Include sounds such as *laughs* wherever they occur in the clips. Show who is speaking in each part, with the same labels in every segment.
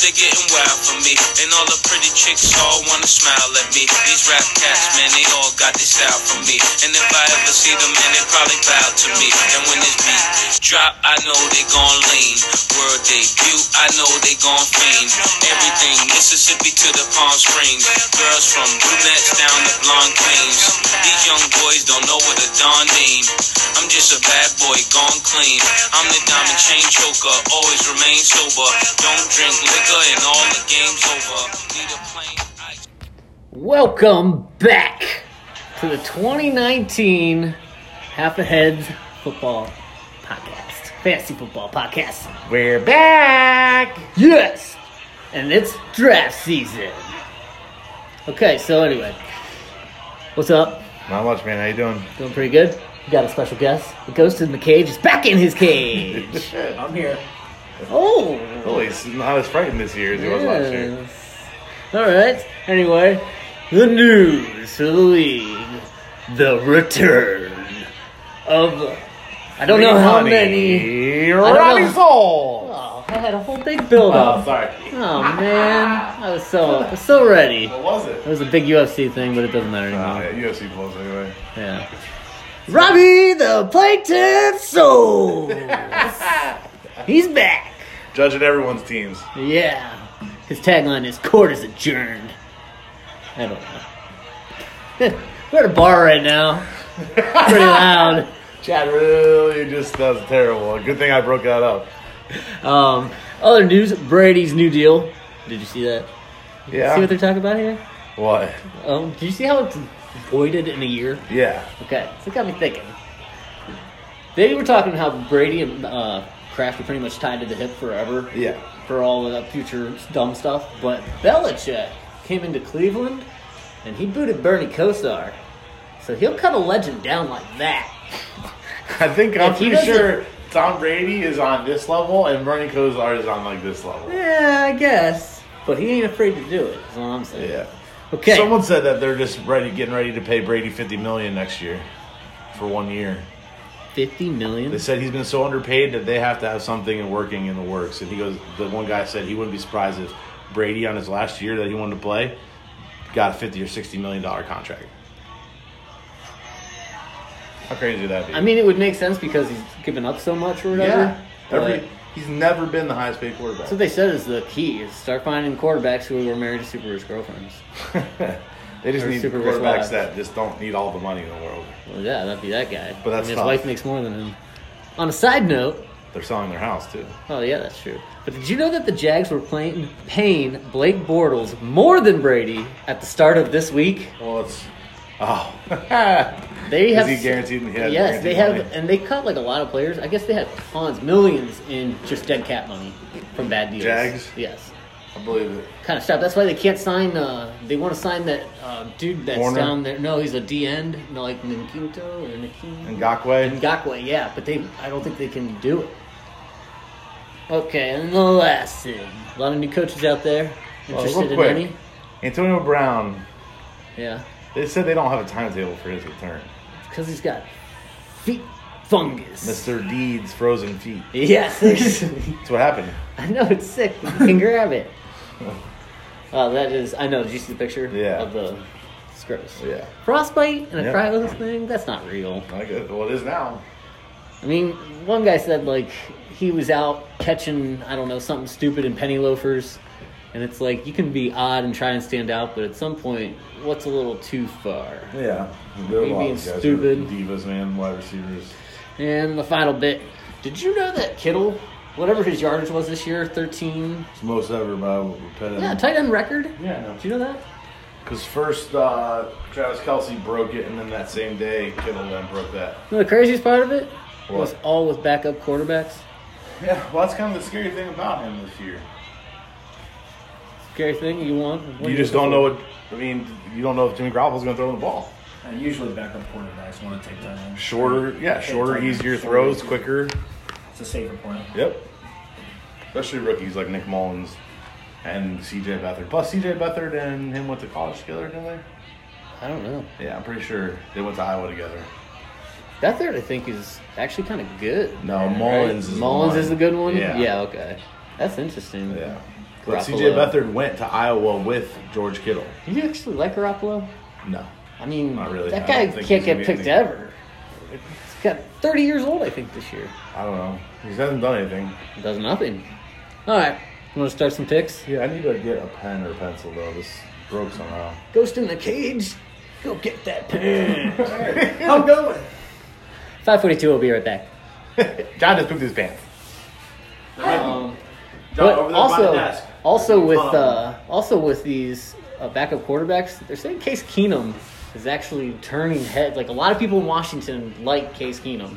Speaker 1: they're getting wild for me. And all the pretty chicks all wanna smile at me. These rap cats, man, they all got this style from me. And if I ever see them, man, they probably bow to me. And when this beat drop, I know they gon' lean. World debut, I know they gon' fiend. Everything Mississippi to the Palm Springs. Girls from brunettes down to blonde queens. These young boys don't know what a don mean. I'm just a bad boy gone clean. I'm the diamond chain choker, always remain sober. Don't drink liquor and all the game's over. Need a plane. ice-
Speaker 2: Welcome back to the 2019 Half a Heads Football Podcast. Fantasy Football Podcast.
Speaker 3: We're back.
Speaker 2: Yes! And it's draft season. Okay, so anyway. What's up?
Speaker 3: Not much, man. How you doing?
Speaker 2: Doing pretty good? We got a special guest. The ghost in the cage is back in his cage.
Speaker 4: *laughs*
Speaker 3: Shit.
Speaker 4: I'm here.
Speaker 2: Oh!
Speaker 3: Holy, he's not as frightened this year as he was last year.
Speaker 2: Alright, anyway. The news for the league. The return of. I don't know how many. don't
Speaker 3: Ronnie
Speaker 2: know.
Speaker 3: Soul.
Speaker 2: Oh, I had a whole big build
Speaker 3: Oh,
Speaker 2: up.
Speaker 3: sorry.
Speaker 2: Oh man, I was so I was so ready.
Speaker 3: What was
Speaker 2: It
Speaker 3: it?
Speaker 2: was a big UFC thing, but it doesn't matter
Speaker 3: Oh,
Speaker 2: anymore.
Speaker 3: yeah, UFC blows anyway.
Speaker 2: Yeah. Robbie the Plaintiff *laughs* Soul. He's back.
Speaker 3: Judging everyone's teams.
Speaker 2: Yeah. His tagline is "Court is adjourned." I don't know. *laughs* We're at a bar right now. Pretty loud.
Speaker 3: Chad really just does terrible. Good thing I broke that up.
Speaker 2: Um, other news: Brady's new deal. Did you see that?
Speaker 3: Yeah.
Speaker 2: See what they're talking about here?
Speaker 3: what?
Speaker 2: Um, do you see how it's voided in a year?
Speaker 3: Yeah. *laughs*
Speaker 2: Okay, so it got me thinking. They were talking how Brady and uh, Kraft were pretty much tied to the hip forever
Speaker 3: Yeah.
Speaker 2: for all of that future dumb stuff, but Belichick came into Cleveland and he booted Bernie Kosar. So he'll cut a legend down like that.
Speaker 3: I think I'm
Speaker 2: If he
Speaker 3: pretty
Speaker 2: doesn't-
Speaker 3: sure Tom Brady is on this level and Bernie Kosar is on like this level.
Speaker 2: Yeah, I guess. But he ain't afraid to do it, is what I'm saying.
Speaker 3: Yeah.
Speaker 2: Okay.
Speaker 3: Someone said that they're just ready, getting ready to pay Brady fifty million next year for one year.
Speaker 2: 50 million?
Speaker 3: They said he's been so underpaid that they have to have something in working in the works. And he goes, the one guy said he wouldn't be surprised if Brady on his last year that he wanted to play got a fifty or sixty million dollar contract. How crazy would that be?
Speaker 2: I mean, it would make sense because he's given up so much or whatever.
Speaker 3: yeah, every,
Speaker 2: but-
Speaker 3: he's never been the highest paid quarterback.
Speaker 2: That's what they said is the key is start finding quarterbacks who were married to super rich girlfriends.
Speaker 3: they just
Speaker 2: Or
Speaker 3: need
Speaker 2: super rich
Speaker 3: quarterbacks
Speaker 2: wives.
Speaker 3: that just don't need all the money in the world.
Speaker 2: Well, yeah, that'd be that guy.
Speaker 3: But that's
Speaker 2: And his
Speaker 3: tough.
Speaker 2: wife makes more than him. On a side note,
Speaker 3: They're selling their house too.
Speaker 2: oh yeah, that's true. But did you know that the Jags were playing paying Blake Bortles more than Brady at the start of this week?
Speaker 3: Well, it's oh, *laughs*
Speaker 2: They
Speaker 3: Is
Speaker 2: have
Speaker 3: he guaranteed- he had
Speaker 2: yes, they have,
Speaker 3: guaranteed money?
Speaker 2: and they cut like a lot of players. I guess they had tons, millions in just dead cat money from bad deals.
Speaker 3: Jags?
Speaker 2: yes.
Speaker 3: I believe it.
Speaker 2: kind of stuff. That's why they can't sign. Uh, they want to sign that uh, dude that's
Speaker 3: Warner?
Speaker 2: down there. No, he's a D end, no, like Ninkinto or Nikin
Speaker 3: Ngakwe.
Speaker 2: Ngakwe. Yeah, but they. I don't think they can do it. Okay, and the last thing. A lot of new coaches out there
Speaker 3: Well,
Speaker 2: interested
Speaker 3: Oh, real
Speaker 2: in
Speaker 3: quick,
Speaker 2: any.
Speaker 3: Antonio Brown.
Speaker 2: Yeah,
Speaker 3: They said they don't have a timetable for his return.
Speaker 2: because he's got feet fungus.
Speaker 3: Mr. Deed's frozen feet. *laughs*
Speaker 2: Yes,
Speaker 3: That's what happened.
Speaker 2: I know it's sick. But you can grab
Speaker 3: *laughs*
Speaker 2: it. Oh, that is. I know. Did you see the picture?
Speaker 3: Yeah.
Speaker 2: Of the. It's gross.
Speaker 3: Yeah.
Speaker 2: Frostbite and a
Speaker 3: Yeah.
Speaker 2: cryo thing? That's not real.
Speaker 3: Not good. Well, it is now.
Speaker 2: I mean, one guy said like he was out catching I don't know something stupid in penny loafers, and it's like you can be odd and try and stand out, but at some point, what's a little too far?
Speaker 3: Yeah.
Speaker 2: He being stupid.
Speaker 3: Divas, man, wide receivers.
Speaker 2: And the final bit. Did you know that Kittle, whatever his yardage was this year, thirteen?
Speaker 3: It's most ever by repetitive.
Speaker 2: Yeah, tight end record.
Speaker 3: yeah, no.
Speaker 2: Did you know that?
Speaker 3: Because first, uh, Travis Kelsey broke it, and then that same day, Kittle then broke that.
Speaker 2: You know the craziest part of it
Speaker 3: What?
Speaker 2: was all with backup quarterbacks.
Speaker 3: Yeah, well, that's kind of the scary thing about him this year.
Speaker 2: Scary thing you want.
Speaker 3: You just don't know what. I mean, you don't know if Jimmy Garoppolo's going to throw the ball.
Speaker 2: Uh,
Speaker 4: And usually backup quarterbacks want to take tight ends.
Speaker 3: Shorter, yeah, shorter, easier throws, quicker.
Speaker 4: It's a safer point.
Speaker 3: Yep. Especially rookies like Nick Mullins and CJ Beathard. Plus, CJ Beathard and him went to college together, didn't they?
Speaker 2: I don't know.
Speaker 3: Yeah, I'm pretty sure they went to Iowa together.
Speaker 2: That third, I think, is actually kind of good.
Speaker 3: No, Mullins is the
Speaker 2: Mullins
Speaker 3: one.
Speaker 2: is the good one.
Speaker 3: Yeah.
Speaker 2: Okay, that's interesting.
Speaker 3: Yeah. But
Speaker 2: Garoppolo.
Speaker 3: CJ Beathard went to Iowa with George Kittle.
Speaker 2: Do you actually like Garoppolo?
Speaker 3: No.
Speaker 2: I mean,
Speaker 3: Not really.
Speaker 2: that
Speaker 3: I don't
Speaker 2: guy
Speaker 3: think he's
Speaker 2: can't
Speaker 3: gonna
Speaker 2: get
Speaker 3: be
Speaker 2: picked
Speaker 3: anything.
Speaker 2: ever. He's got 30 years old, I think, this year.
Speaker 3: I don't know. He hasn't done anything.
Speaker 2: Does nothing. All right. You want to start some picks?
Speaker 3: Yeah, I need to get a pen or pencil though. This broke somehow.
Speaker 2: Ghost in the cage. Go get that *laughs* pen.
Speaker 4: I'm going.
Speaker 2: 542. We'll be right back.
Speaker 3: *laughs* John just pooped his pants.
Speaker 2: Um,
Speaker 3: John,
Speaker 2: but
Speaker 3: over there by the
Speaker 2: also,
Speaker 3: desk.
Speaker 2: also with
Speaker 3: Fun.
Speaker 2: uh, also with these uh, backup quarterbacks, they're saying Case Keenum is actually turning heads. Like a lot of people in Washington like Case Keenum.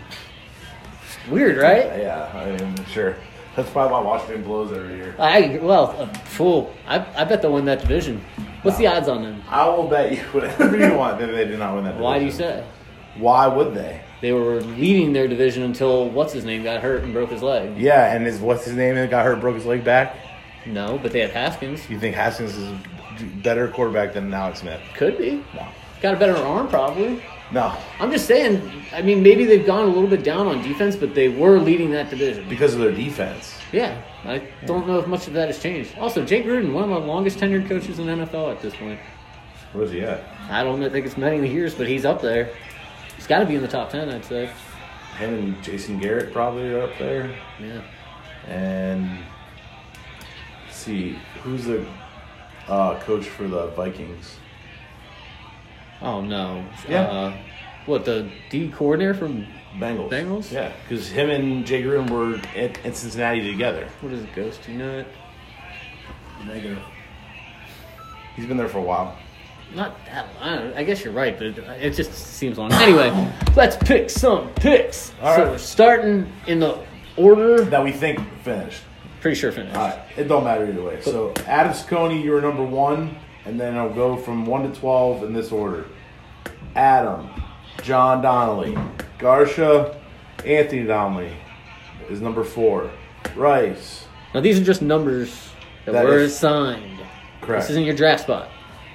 Speaker 2: Weird, right?
Speaker 3: Yeah, I mean, sure. That's probably why Washington blows every year.
Speaker 2: I well, uh, fool. I I bet they'll win that division. What's the odds on them?
Speaker 3: I will bet you *laughs* whatever you want that they did not win that.
Speaker 2: Why do you
Speaker 3: division.
Speaker 2: say?
Speaker 3: Why would they?
Speaker 2: They were leading their division until what's his name got hurt and broke his leg.
Speaker 3: Yeah, and is what's his name that got hurt, broke his leg back?
Speaker 2: No, but they had Haskins.
Speaker 3: You think Haskins is a better quarterback than Alex Smith?
Speaker 2: Could be.
Speaker 3: No,
Speaker 2: Got a better arm, probably.
Speaker 3: no,
Speaker 2: I'm just saying. I mean, maybe they've gone a little bit down on defense, but they were leading that division.
Speaker 3: because of their defense.
Speaker 2: Yeah, I don't know if much of that has changed. Also, Jake Gruden, one of the longest tenured coaches in NFL at this point.
Speaker 3: Where's he at?
Speaker 2: I don't think it's many years, but he's up there. He's got to be in the top ten, I'd say.
Speaker 3: Him and Jason Garrett probably are up there.
Speaker 2: Yeah,
Speaker 3: And let's see who's the uh, coach for the Vikings?
Speaker 2: Oh no.
Speaker 3: Yeah.
Speaker 2: Uh, what the D coordinator from
Speaker 3: Bengals.
Speaker 2: Bengals?
Speaker 3: Yeah, because him and Jay Gruden were in, in Cincinnati together.
Speaker 2: what is it, Ghost? Do you know it?
Speaker 4: Negative.
Speaker 3: He's been there for a while.
Speaker 2: Not that. I, don't, I guess you're right, but it, it just seems long. Anyway, let's pick some picks.
Speaker 3: All
Speaker 2: so
Speaker 3: right.
Speaker 2: we're starting in the order.
Speaker 3: That we think finished.
Speaker 2: Pretty sure finish.
Speaker 3: All right, it don't matter either way. So Adam Ciccone, you were number one, and then I'll go from one to twelve in this order: Adam, John Donnelly, Garsha, Anthony Donnelly is number four. Rice,
Speaker 2: Now these are just numbers that,
Speaker 3: That
Speaker 2: were
Speaker 3: is-
Speaker 2: assigned.
Speaker 3: correct.
Speaker 2: This isn't your draft spot.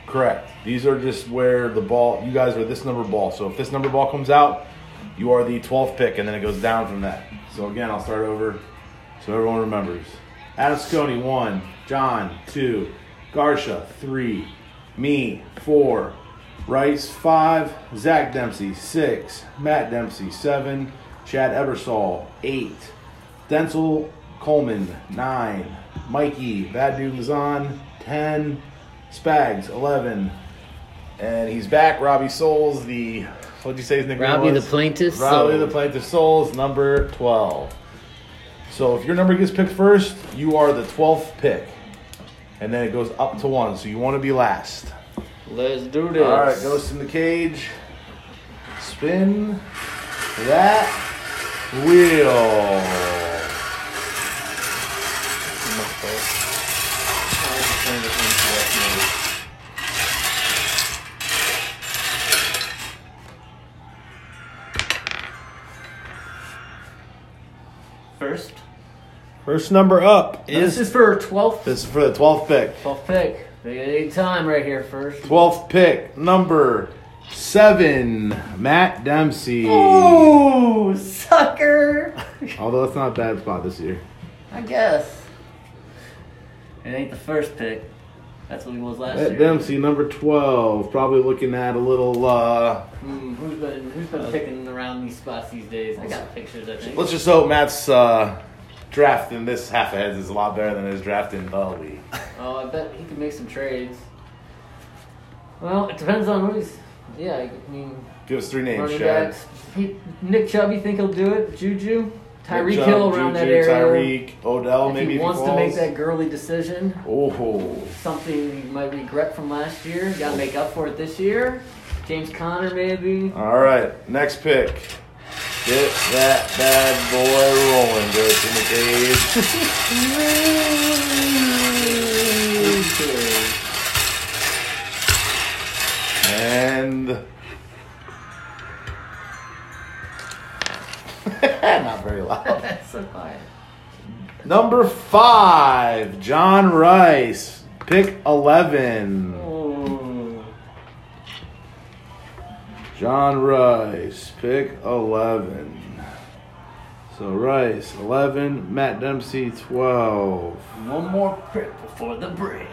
Speaker 3: Correct. These are just where the ball, you guys are this number ball. So if this number ball comes out, you are the 12th pick, and then it goes down from that. So again, I'll start over so everyone remembers. Adam Sconey, one. John, two. Garsha, three. Me, four. Rice, five. Zach Dempsey, six. Matt Dempsey, seven. Chad Ebersol, eight. Denzel Coleman, 9. Mikey Badu Mazan, 10. Spags, 11. And he's back. Robbie Souls, the. What'd you say his nickname
Speaker 2: Robbie
Speaker 3: was?
Speaker 2: the Plaintiff
Speaker 3: Robbie
Speaker 2: Souls.
Speaker 3: the Plaintiff Souls, number 12. So if your number gets picked first, you are the 12th pick. And then it goes up to 1. So you want to be last.
Speaker 2: Let's do this.
Speaker 3: All right, Ghost in the Cage. Spin that wheel.
Speaker 2: First,
Speaker 5: First number up
Speaker 2: this
Speaker 5: is
Speaker 2: is for twelfth.
Speaker 3: This is for the 12th pick.
Speaker 2: Twelfth pick. They need time right here first.
Speaker 3: 12th pick, number seven, Matt Dempsey.
Speaker 2: Oh! Ooh, sucker! *laughs*
Speaker 3: Although it's not a bad spot this year.
Speaker 2: I guess it ain't the first pick. That's what he was last
Speaker 3: Matt Dempsey, number 12. Probably looking at a little, uh,
Speaker 2: Hmm, who's been who's been picking around these spots these days? I got pictures. I think.
Speaker 3: let's just hope Matt's, uh, draft in this half of heads is a lot better than his draft in the league.
Speaker 2: Oh, I bet he could make some trades. Well, it depends on what he's. Yeah, I mean,
Speaker 3: Give us three names,
Speaker 2: running
Speaker 3: Chad.
Speaker 2: backs. He, Nick Chubb, you think he'll do it? Juju, Tyreek
Speaker 3: Nick Chubb,
Speaker 2: Hill around that
Speaker 3: Juju,
Speaker 2: area.
Speaker 3: Tyreek, Odell,
Speaker 2: if
Speaker 3: maybe
Speaker 2: he
Speaker 3: if
Speaker 2: wants
Speaker 3: he
Speaker 2: to make
Speaker 3: falls.
Speaker 2: that girly decision,
Speaker 3: Oh,
Speaker 2: something he might regret from last year, got to make up for it this year. James Conner, maybe.
Speaker 3: all right. Next pick. Get that bad boy rolling, Ghost in the Cage.
Speaker 2: Okay.
Speaker 3: And *laughs* not very loud.
Speaker 2: *laughs* That's so quiet.
Speaker 3: Number five, John Rice, pick eleven.
Speaker 2: Oh.
Speaker 3: John Rice, pick eleven. So Rice, 11. Matt Dempsey, 12.
Speaker 1: One more prep before the
Speaker 3: *laughs*
Speaker 1: break.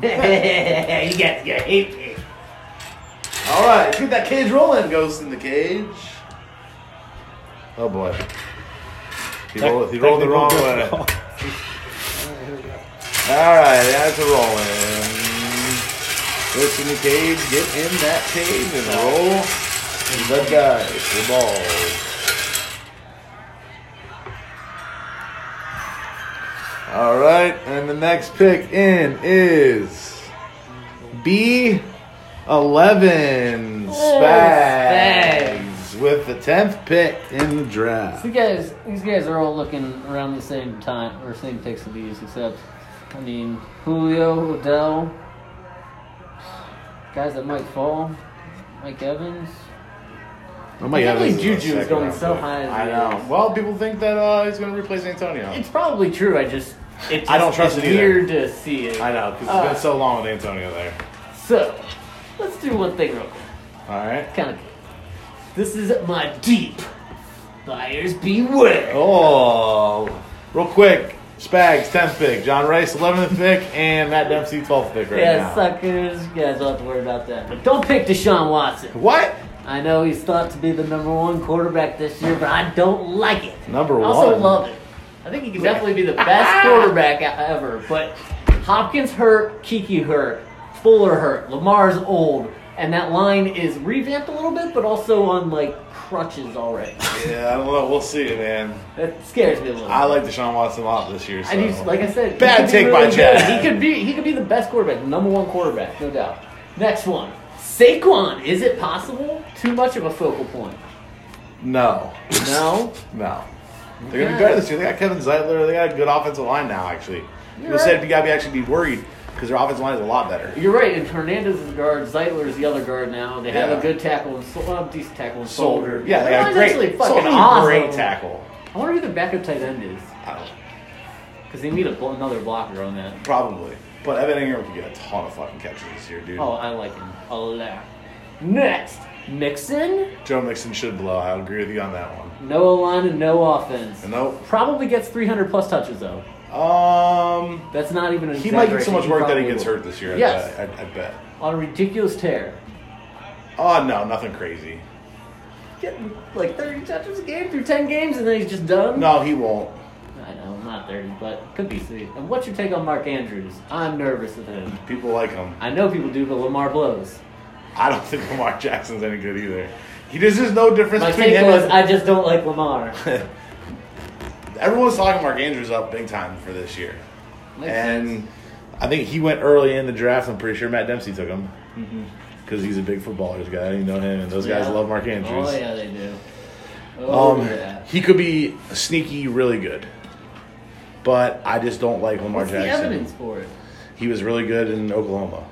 Speaker 1: you guys gonna hate me.
Speaker 3: All right, let's get that cage rolling, Ghost in the Cage. Oh, boy. He rolled, he rolled the wrong way. All right, that's a roll in. Ghost in the Cage, get in that cage and roll. The guys, the balls. All right, and the next pick in is B. 11 Spags with the 10th pick in the draft.
Speaker 2: These guys, these guys are all looking around the same time or same picks of these, except, I mean, Julio, Odell, guys that might fall, Mike Evans.
Speaker 3: I might have
Speaker 2: Definitely
Speaker 3: this as a
Speaker 2: Juju's
Speaker 3: second
Speaker 2: going
Speaker 3: round
Speaker 2: so
Speaker 3: pick.
Speaker 2: high as
Speaker 3: I
Speaker 2: it
Speaker 3: know.
Speaker 2: is.
Speaker 3: Well, people think that uh, he's going to replace Antonio.
Speaker 2: It's probably true. I just, it's
Speaker 3: I don't trust
Speaker 2: it's
Speaker 3: it either.
Speaker 2: weird to see it.
Speaker 3: I know, because it's
Speaker 2: Uh,
Speaker 3: been so long with Antonio there.
Speaker 2: So, let's do one thing real quick.
Speaker 3: All right.
Speaker 2: Kind of. This is my deep. Buyers beware.
Speaker 3: Oh, real quick. Spags, 10th pick. John Rice, 11th pick. And Matt Dempsey, 12th pick right
Speaker 2: yeah,
Speaker 3: now.
Speaker 2: suckers. You guys don't have to worry about that. But don't pick Deshaun Watson.
Speaker 3: What?
Speaker 2: I know he's thought to be the number one quarterback this year, but I don't like it.
Speaker 3: Number
Speaker 2: I also
Speaker 3: one.
Speaker 2: love it. I think he could definitely *laughs* be the best quarterback e-, ever. But Hopkins hurt, Kiki hurt, Fuller hurt, Lamar's old, and that line is revamped a little bit, but also on like crutches already.
Speaker 3: Yeah, I don't know. We'll see, man.
Speaker 2: That scares me a little.
Speaker 3: I
Speaker 2: bit.
Speaker 3: like Deshaun Watson a lot this year. So.
Speaker 2: And he's like I said, he
Speaker 3: Bad
Speaker 2: could be
Speaker 3: take by
Speaker 2: really good.
Speaker 3: Chad.
Speaker 2: He could be he could be the best quarterback, number one quarterback, no doubt. Next one, Saquon. Is it possible? Too much of a focal point.
Speaker 3: no.
Speaker 2: No.
Speaker 3: No. They're gonna be better this year. They got Kevin Zeitler. They got a good offensive line now. Actually, people
Speaker 2: right.
Speaker 3: said you gotta be actually be worried because their offensive line is a lot better.
Speaker 2: You're right, and Hernandez is the guard, Zeitler is the other guard now. They have
Speaker 3: Yeah.
Speaker 2: a good tackle and sol- well, decent tackle and soldier.
Speaker 3: yeah, they got a
Speaker 2: Solder's
Speaker 3: great,
Speaker 2: actually fucking
Speaker 3: Solder's a
Speaker 2: awesome.
Speaker 3: great tackle.
Speaker 2: I wonder who the backup tight end is,
Speaker 3: I don't,
Speaker 2: because they need a, bl- another blocker on that.
Speaker 3: probably, but Evan Ingram could get a ton of fucking catches this year, dude.
Speaker 2: Oh, I like him a lot. Next, Mixon.
Speaker 3: Joe Mixon should blow. I agree with you on that one.
Speaker 2: No line and no offense.
Speaker 3: Nope.
Speaker 2: Probably gets 300 plus touches though.
Speaker 3: Um,
Speaker 2: That's not even an
Speaker 3: he might get so
Speaker 2: exaggeration.
Speaker 3: much work that he
Speaker 2: probably
Speaker 3: gets
Speaker 2: will.
Speaker 3: hurt this year.
Speaker 2: Yes.
Speaker 3: I bet. I, I bet.
Speaker 2: On a ridiculous tear.
Speaker 3: Oh no, nothing crazy.
Speaker 2: Getting like 30 touches a game through 10 games and then he's just done?
Speaker 3: No, he won't.
Speaker 2: I know, not 30, but could be sweet. And what's your take on Mark Andrews? I'm nervous with him.
Speaker 3: People like him.
Speaker 2: I know people do, but Lamar blows.
Speaker 3: I don't *laughs* think Lamar Jackson's any good either. He there's just no difference
Speaker 2: My
Speaker 3: between
Speaker 2: take
Speaker 3: him
Speaker 2: was
Speaker 3: and
Speaker 2: I just don't like Lamar.
Speaker 3: Everyone's talking Mark Andrews up big time for this year. *laughs*
Speaker 2: Makes
Speaker 3: and I think he went early in the draft. I'm pretty sure Matt Dempsey took him because he's a big footballers guy. You know him, and those guys
Speaker 2: Mm-hmm. Yeah.
Speaker 3: love Mark Andrews.
Speaker 2: Oh yeah, they do. Oh
Speaker 3: Um,
Speaker 2: yeah.
Speaker 3: he could be sneaky, really good, but I just don't like Lamar
Speaker 2: What's the
Speaker 3: Jackson.
Speaker 2: evidence for it?
Speaker 3: He was really good in Oklahoma.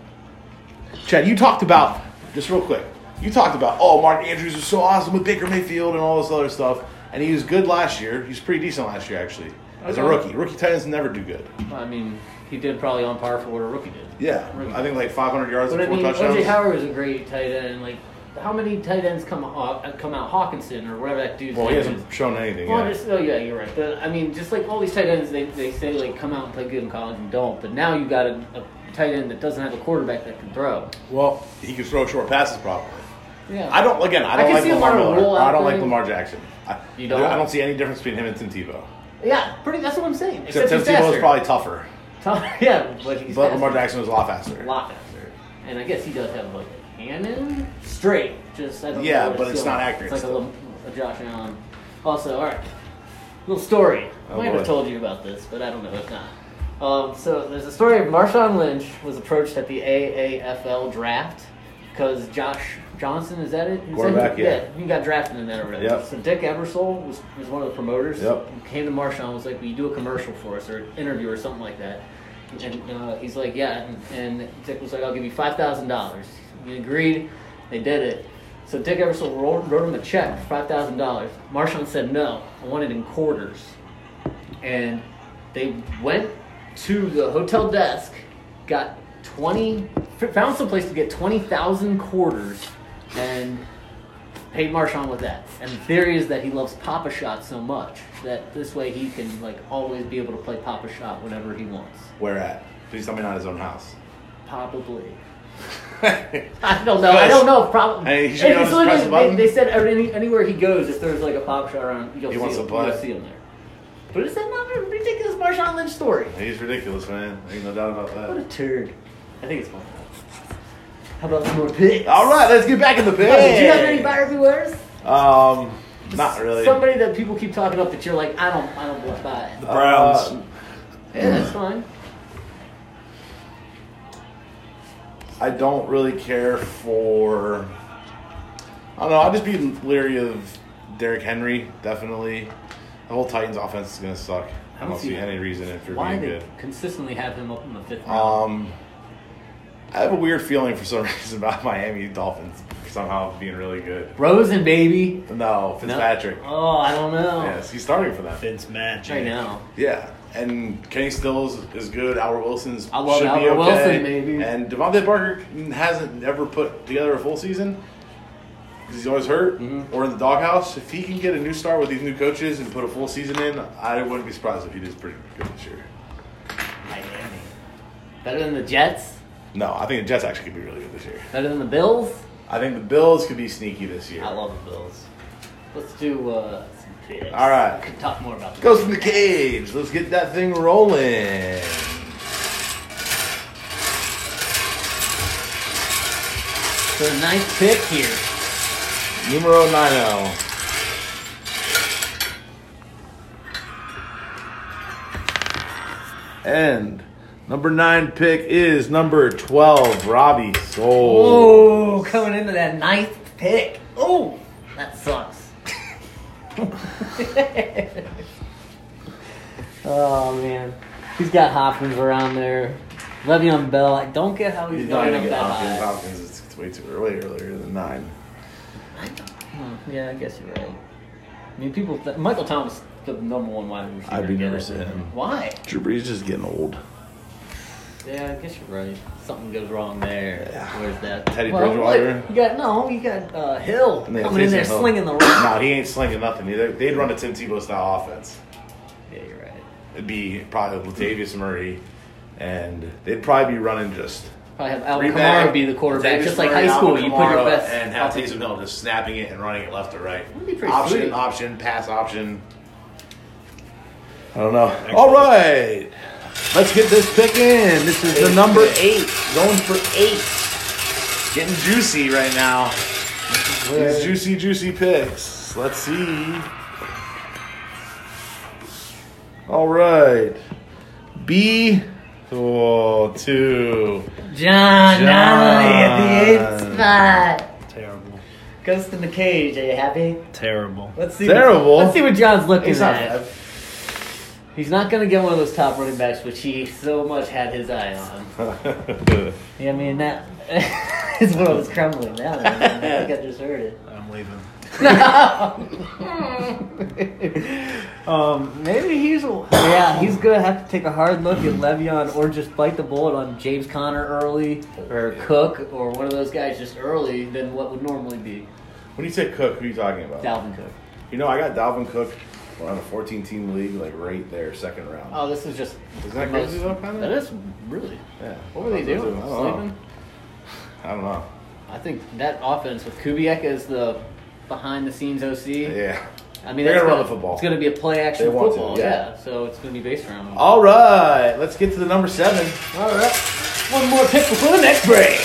Speaker 3: Chad, you talked about just real quick. You talked about oh, Mark Andrews was so awesome with Baker Mayfield and all this other stuff, and he was good last year. He was pretty decent last year actually as a
Speaker 2: Okay.
Speaker 3: rookie. Rookie tight ends never do good.
Speaker 2: Well, I mean, he did probably on par for what a rookie did.
Speaker 3: Yeah,
Speaker 2: Rookie.
Speaker 3: I think like 500 yards
Speaker 2: But I
Speaker 3: and four
Speaker 2: mean,
Speaker 3: touchdowns.
Speaker 2: OJ Howard was a great tight end. Like, how many tight ends come out, come out Hawkinson or whatever that dude's
Speaker 3: well, he
Speaker 2: name
Speaker 3: hasn't
Speaker 2: is?
Speaker 3: shown anything
Speaker 2: Well,
Speaker 3: yet.
Speaker 2: just, oh yeah, you're right. But I mean, just like all these tight ends, they, they say like come out and play good in college and don't. But now you got a, a tight end that doesn't have a quarterback that can throw.
Speaker 3: Well, he can throw short passes properly.
Speaker 2: Yeah,
Speaker 3: I don't again. I
Speaker 2: I
Speaker 3: don't
Speaker 2: can
Speaker 3: like
Speaker 2: see a
Speaker 3: Lamar
Speaker 2: lot of
Speaker 3: Miller.
Speaker 2: rollout
Speaker 3: I don't like
Speaker 2: thing.
Speaker 3: Lamar Jackson. I,
Speaker 2: You don't?
Speaker 3: I don't see any difference between him and Tim Tebow.
Speaker 2: Yeah, pretty. That's what I'm saying.
Speaker 3: Except,
Speaker 2: Except, he's
Speaker 3: Tim Tebow
Speaker 2: faster.
Speaker 3: was probably tougher,
Speaker 2: *laughs* Tom- yeah, but he's
Speaker 3: but
Speaker 2: faster.
Speaker 3: Lamar Jackson was a lot faster.
Speaker 2: a lot faster. And I guess he does have like a cannon straight. Just I don't
Speaker 3: Yeah,
Speaker 2: know what
Speaker 3: but it's
Speaker 2: ceiling-
Speaker 3: not accurate
Speaker 2: It's like a,
Speaker 3: still.
Speaker 2: little, a Josh Allen. Also, all right, little story.
Speaker 3: Oh,
Speaker 2: I might have
Speaker 3: boy.
Speaker 2: told you about this, but I don't know if not. Um, so there's a story of Marshawn Lynch was approached at the AAFL draft because Josh Johnson is that it? Is that who-
Speaker 3: Quarterback, yeah.
Speaker 2: He got drafted in that already.
Speaker 3: Yep.
Speaker 2: So Dick Ebersol was, was one of the promoters.
Speaker 3: Yep.
Speaker 2: Came to Marshawn and was like, "Will you do a commercial for us or an interview or something like that?" And uh, he's like, "Yeah." And, and Dick was like, "I'll give you five thousand dollars." He agreed. They did it. So Dick Ebersol wrote, wrote him a check for five thousand dollars. Marshawn said, "No, I want it in quarters." and they went to the hotel desk, got 20, f- found some place to get 20,000 quarters, and Paid Marshawn with that, and the theory is that he loves Papa Shot so much that this way he can like always be able to play Papa Shot whenever he wants.
Speaker 3: Where at? Please tell me not his own house. *laughs*
Speaker 2: Probably. *laughs* I don't know. I
Speaker 3: Guys,
Speaker 2: don't know. Probably.
Speaker 3: hey, you should be able to press a
Speaker 2: they,
Speaker 3: button.
Speaker 2: they said every, any- anywhere he goes, if there's like a pop shot around, you'll
Speaker 3: He
Speaker 2: see
Speaker 3: wants
Speaker 2: him,
Speaker 3: to play.
Speaker 2: You'll see him there. But is that not a ridiculous Marshawn Lynch story?
Speaker 3: He's ridiculous, man. Ain't no doubt about
Speaker 2: What a
Speaker 3: that.
Speaker 2: turd. I think it's fun. How about some more picks?
Speaker 3: All right, let's get back in the pit.
Speaker 2: Oh, did you have any buyer beware?
Speaker 3: Um, not really.
Speaker 2: Somebody that people keep talking up that you're like, I don't, I don't want to buy it.
Speaker 3: Uh,
Speaker 5: Browns.
Speaker 2: Yeah, that's fine.
Speaker 3: I don't really care for. I don't know. I'll just be leery of Derrick Henry. Definitely, the whole Titans offense is gonna suck. I don't see any reason if you're
Speaker 2: Why
Speaker 3: being
Speaker 2: they
Speaker 3: good.
Speaker 2: consistently have him up in the fifth round?
Speaker 3: Um, I have a weird feeling for some *laughs* reason about Miami Dolphins somehow being really good.
Speaker 2: Rosen, baby.
Speaker 3: No,
Speaker 2: No.
Speaker 3: Fitzpatrick.
Speaker 2: Oh, I don't know.
Speaker 3: Yes, he's starting for them.
Speaker 5: Vince Magic.
Speaker 2: Right now.
Speaker 3: Yeah, and Kenny Stills is good. Albert Wilson's
Speaker 2: I love
Speaker 3: should be
Speaker 2: Albert
Speaker 3: okay.
Speaker 2: Wilson, maybe.
Speaker 3: And Devontae Parker hasn't ever put together a full season because he's always hurt
Speaker 2: Mm-hmm.
Speaker 3: or in the doghouse. If he can get a new start with these new coaches and put a full season in, I wouldn't be surprised if he does pretty good this year.
Speaker 5: Miami.
Speaker 2: Better than the Jets.
Speaker 3: No, I think the Jets actually could be really good this year.
Speaker 2: Better than the Bills.
Speaker 3: I think the Bills could be sneaky this year.
Speaker 2: I love the Bills. Let's do uh, some picks.
Speaker 3: All right.
Speaker 2: We can talk more about that.
Speaker 3: Goes from the cage. Let's get that thing rolling.
Speaker 2: So a nice pick here.
Speaker 3: Numero oh. 90. And number nine pick is number 12, Robbie Soul.
Speaker 2: Oh, coming into that ninth pick. Oh, that sucks. *laughs* oh man, he's got Hopkins around there. Le'Veon Bell. I don't get how he's,
Speaker 3: He's not
Speaker 2: going
Speaker 3: going
Speaker 2: up
Speaker 3: to get Hopkins.
Speaker 2: that high.
Speaker 3: Hopkins is it's way too early, earlier than nine.
Speaker 2: Hmm, yeah, I guess you're right. I mean, people. Th- Michael Thomas, the number one wide receiver.
Speaker 3: I'd be
Speaker 2: get
Speaker 3: nervous
Speaker 2: it.
Speaker 3: of him.
Speaker 2: Why?
Speaker 3: Drew Brees is just getting old.
Speaker 2: Yeah, I guess you're right. Something goes wrong there.
Speaker 3: Yeah.
Speaker 2: Where's that?
Speaker 3: Teddy
Speaker 2: Well, look,
Speaker 3: Bridgewater.
Speaker 2: you got no. You got uh, Hill
Speaker 3: And they have
Speaker 2: coming in there
Speaker 3: Taysom Hill. *clears throat*
Speaker 2: slinging the rock.
Speaker 3: No, he ain't slinging nothing. Either. They'd run a Tim Tebow style offense.
Speaker 2: Yeah, you're right.
Speaker 3: It'd be probably Latavius Murray, and they'd probably be running just
Speaker 2: Probably have Alvin
Speaker 3: Three
Speaker 2: Kamara
Speaker 3: back,
Speaker 2: be the quarterback,
Speaker 3: Latavius
Speaker 2: just like
Speaker 3: Murray,
Speaker 2: high school.
Speaker 3: Alvin
Speaker 2: You put your
Speaker 3: Kamara,
Speaker 2: best.
Speaker 3: and have Taysom Hill just snapping it and running it left to right.
Speaker 2: That'd be pretty
Speaker 3: option,
Speaker 2: sweet.
Speaker 3: option, pass, option. I don't know. All right, let's get this pick in. This is the number eight, going for eight. Getting juicy right now. These juicy, juicy picks. Let's see. All right, B. Oh, two.
Speaker 2: John Donnelly at the
Speaker 3: John.
Speaker 2: eighth spot.
Speaker 5: Terrible.
Speaker 2: Ghost in the cage. Are you happy?
Speaker 3: *laughs*
Speaker 5: Terrible.
Speaker 2: Let's see.
Speaker 3: Terrible.
Speaker 2: What, let's see what John's looking
Speaker 3: He's not
Speaker 2: at.
Speaker 3: bad.
Speaker 2: He's not going to get one of those top running backs, which he so much had his eye on. Yeah, I mean *laughs* that. His world is crumbling now. man. I think I just heard it.
Speaker 5: I'm leaving.
Speaker 2: um, maybe he's yeah, he's gonna have to take a hard look at Le'Veon, or just bite the bullet on James Conner early, or Cook, or one of those guys just early than what would normally be
Speaker 3: when you say Cook, who are you talking about?
Speaker 2: Dalvin Cook.
Speaker 3: You know, I got Dalvin Cook on a 14 team league, like right there, second round.
Speaker 2: Oh, this is just
Speaker 3: Is that
Speaker 2: the
Speaker 3: crazy though, kinda?
Speaker 2: That is really.
Speaker 3: yeah.
Speaker 2: What were they
Speaker 3: I
Speaker 2: doing?
Speaker 3: don't know.
Speaker 2: Sleeping?
Speaker 3: I don't know.
Speaker 2: I think that offense with Kubiak as the behind the scenes OC.
Speaker 3: Yeah.
Speaker 2: I mean,
Speaker 3: They're gonna
Speaker 2: that's
Speaker 3: run
Speaker 2: gonna-
Speaker 3: the football.
Speaker 2: It's going to be a play action
Speaker 3: They want to,
Speaker 2: football.
Speaker 3: yeah.
Speaker 2: yeah. so it's going to be based around.
Speaker 3: All right, let's get to the number seven.
Speaker 2: All right. One more pick before the next break.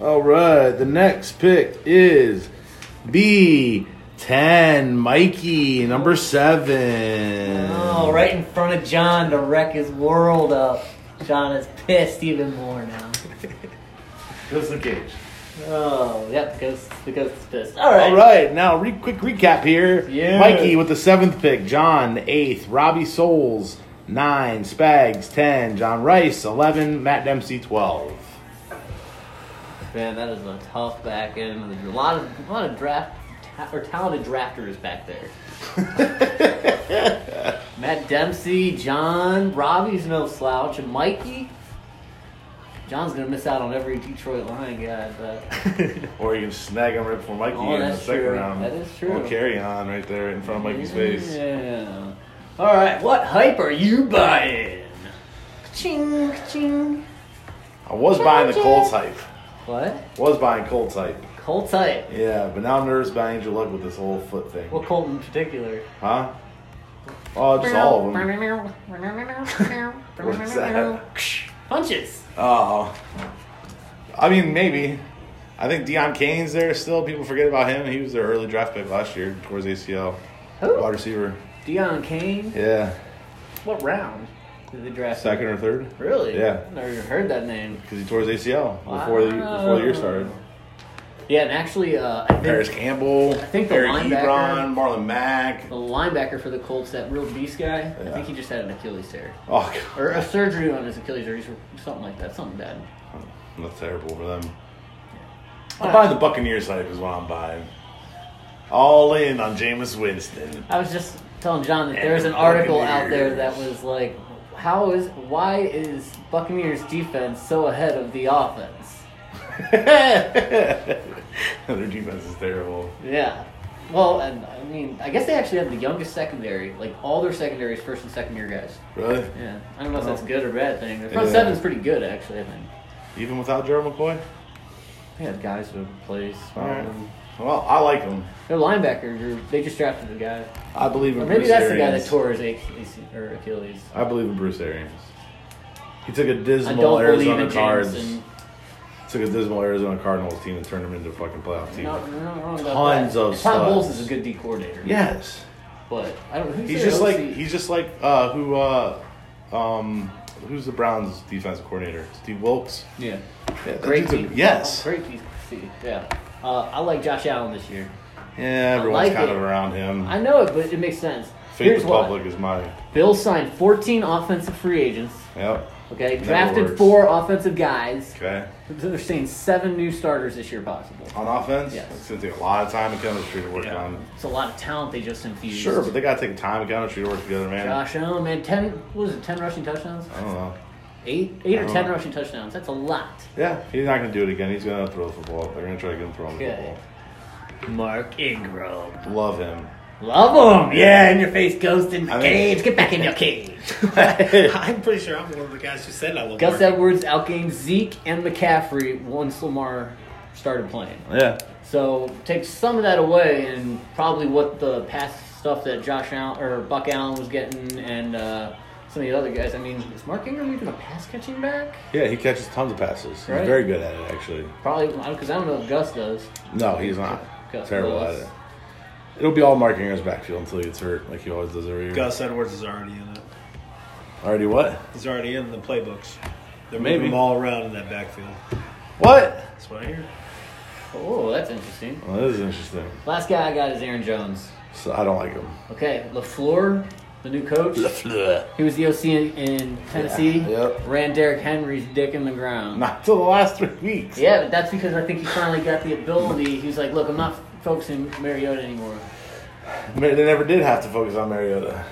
Speaker 3: All right, the next pick is B10, Mikey, number seven.
Speaker 2: Oh, right in front of John to wreck his world up. John is pissed even more now.
Speaker 3: Goes the cage.
Speaker 2: Oh, yep, because because it's pissed. All right.
Speaker 3: All right, now re- quick recap here.
Speaker 2: Yeah.
Speaker 3: Mikey with the seventh pick, John eighth, Robbie Souls nine, Spags ten, John Rice eleven, Matt Dempsey twelve.
Speaker 2: Man, that is a tough back *laughs* end. There's a lot of a lot of draft ta- or talented drafters back there. Matt Dempsey, John, Robbie's no slouch, and Mikey. John's gonna miss out on every Detroit Lion guy, *laughs* but
Speaker 3: Or you can snag him right before Mikey
Speaker 2: Oh,
Speaker 3: in the
Speaker 2: that's
Speaker 3: second
Speaker 2: true.
Speaker 3: round.
Speaker 2: That is true.
Speaker 3: Or carry on right there in front of Mikey's face.
Speaker 2: Yeah. All right, what hype are you buying? Ching, ching.
Speaker 3: I was buying the Colts hype.
Speaker 2: What?
Speaker 3: Was buying Colts hype.
Speaker 2: Colts hype.
Speaker 3: Yeah, but now I'm nervous about Andrew Luck with this whole foot thing.
Speaker 2: What Colt in particular?
Speaker 3: Huh? Oh, just all of them. *laughs* What's that?
Speaker 2: Punches.
Speaker 3: Oh. I mean, maybe. I think Deion Kane's there still. People forget about him. He was their early draft pick last year towards ACL.
Speaker 2: Who?
Speaker 3: Wide receiver.
Speaker 2: Deion Kane.
Speaker 3: Yeah.
Speaker 2: What round did they draft? him?
Speaker 3: Second or third.
Speaker 2: Really?
Speaker 3: Yeah.
Speaker 2: I've never heard that name.
Speaker 3: Because he tore his ACL before, the, before the year started.
Speaker 2: Yeah, and actually, uh, I
Speaker 3: Paris
Speaker 2: think
Speaker 3: Campbell,
Speaker 2: think the
Speaker 3: Eric
Speaker 2: linebacker-
Speaker 3: Ebron, Marlon Mack.
Speaker 2: the linebacker for the Colts, that real beast guy, I
Speaker 3: Yeah.
Speaker 2: think he just had an Achilles tear.
Speaker 3: Oh, God.
Speaker 2: Or a surgery on his Achilles or he's- something like that, something bad.
Speaker 3: That's terrible for them. I'm buying the Buccaneers hype is what I'm buying. All in on Jameis Winston. *laughs*
Speaker 2: I was just telling John that
Speaker 3: And
Speaker 2: there was
Speaker 3: the
Speaker 2: an article out there that
Speaker 3: Buccaneers.
Speaker 2: was like, how is, why is Buccaneers defense so ahead of the offense?
Speaker 3: Their defense is terrible.
Speaker 2: Yeah. Well, and I mean, I guess they actually have the youngest secondary. Like, all their secondaries, first and second year guys.
Speaker 3: Really?
Speaker 2: Yeah. Oh. I don't know if that's a good or bad thing. Their front
Speaker 3: Yeah.
Speaker 2: seven's pretty good, actually, I think.
Speaker 3: Even without Gerald McCoy?
Speaker 2: They have guys who plays.
Speaker 3: All right. Well, I like him.
Speaker 2: Their linebacker group, they just drafted the guy.
Speaker 3: I believe in
Speaker 2: Or maybe
Speaker 3: Bruce
Speaker 2: that's the
Speaker 3: Arians.
Speaker 2: guy that tore his Achilles, or Achilles.
Speaker 3: I believe in Bruce Arians. He took a
Speaker 2: I
Speaker 3: dismal
Speaker 2: don't
Speaker 3: Arizona
Speaker 2: believe in
Speaker 3: Cards.
Speaker 2: Jameson.
Speaker 3: Took a dismal Arizona Cardinals team and turned them into a fucking playoff team.
Speaker 2: No, no, no, wrong about
Speaker 3: Tons
Speaker 2: that.
Speaker 3: of
Speaker 2: Todd Bowles
Speaker 3: studs.
Speaker 2: is a good D coordinator.
Speaker 3: Yes.
Speaker 2: but I don't. Who's
Speaker 3: He's
Speaker 2: their
Speaker 3: just
Speaker 2: OC?
Speaker 3: like he's just like uh, who uh, um, who's the Browns defensive coordinator? Steve Wilkes.
Speaker 2: yeah,
Speaker 3: Yeah, that
Speaker 2: great.
Speaker 3: dude's a-
Speaker 2: D.
Speaker 3: yes.
Speaker 2: great D. Yeah, uh, I like Josh Allen this year.
Speaker 3: Yeah, everyone's
Speaker 2: I like
Speaker 3: kind
Speaker 2: it.
Speaker 3: of around him.
Speaker 2: I know it, but it makes sense.
Speaker 3: Faith
Speaker 2: Here's
Speaker 3: the
Speaker 2: why.
Speaker 3: public is my
Speaker 2: Bill signed 14 offensive free agents.
Speaker 3: yep.
Speaker 2: Okay,
Speaker 3: Never
Speaker 2: drafted
Speaker 3: works.
Speaker 2: four offensive guys.
Speaker 3: Okay.
Speaker 2: They're saying seven new starters this year possible.
Speaker 3: On offense,
Speaker 2: Yes.
Speaker 3: it's gonna take a lot of time and chemistry to work on.
Speaker 2: It's a lot of talent they just infused.
Speaker 3: Sure, but they gotta take time and chemistry to work together, man.
Speaker 2: Josh Allen, man, ten what is it, ten rushing touchdowns?
Speaker 3: I don't know.
Speaker 2: Eight, eight
Speaker 3: I
Speaker 2: or ten
Speaker 3: don't know.
Speaker 2: rushing touchdowns. That's a lot.
Speaker 3: Yeah, he's not gonna do it again. He's gonna throw the football. They're gonna try to get him throwing
Speaker 2: Okay. Mark Ingram,
Speaker 3: the football. Love
Speaker 2: *laughs*
Speaker 3: him.
Speaker 2: love him. Yeah, in your face, ghost in the
Speaker 3: I mean-
Speaker 2: cage. Get back in
Speaker 3: *laughs*
Speaker 2: your cage.
Speaker 5: *laughs* I'm pretty sure I'm one of the guys who said I love
Speaker 2: Gus
Speaker 5: Mark.
Speaker 2: Edwards outgained Zeke and McCaffrey once Lamar started playing.
Speaker 3: yeah.
Speaker 2: So take some of that away, and probably what the past stuff that Josh Allen or Buck Allen was getting, and uh, some of the other guys. I mean, is Mark Ingram even a pass catching back?
Speaker 3: Yeah, he catches tons of passes. He's
Speaker 2: Right.
Speaker 3: very good at it, actually.
Speaker 2: Probably because I don't know if Gus does.
Speaker 3: No, he's not.
Speaker 2: Gus
Speaker 3: Terrible
Speaker 2: Willis.
Speaker 3: at it. It'll be all Mark Ingram's backfield until he gets hurt, like he always does every year.
Speaker 5: Gus Edwards is already in it.
Speaker 3: Already what?
Speaker 5: He's already in the playbooks. They're
Speaker 3: Maybe.
Speaker 5: moving them all around in that backfield.
Speaker 3: What?
Speaker 5: That's what I hear.
Speaker 2: Oh, that's interesting.
Speaker 3: Well, this is interesting.
Speaker 2: Last guy I got is Aaron Jones.
Speaker 3: So I don't like him.
Speaker 2: Okay, Lafleur, the new coach. He was the OC in, in Tennessee.
Speaker 3: Yep.
Speaker 2: Ran Derrick Henry's dick in the ground.
Speaker 3: Not till the last three weeks.
Speaker 2: Yeah, but that's because I think he finally got the ability. He was like, "Look, I'm not focusing Mariota anymore."
Speaker 3: Ma- They never did have to focus on Mariota.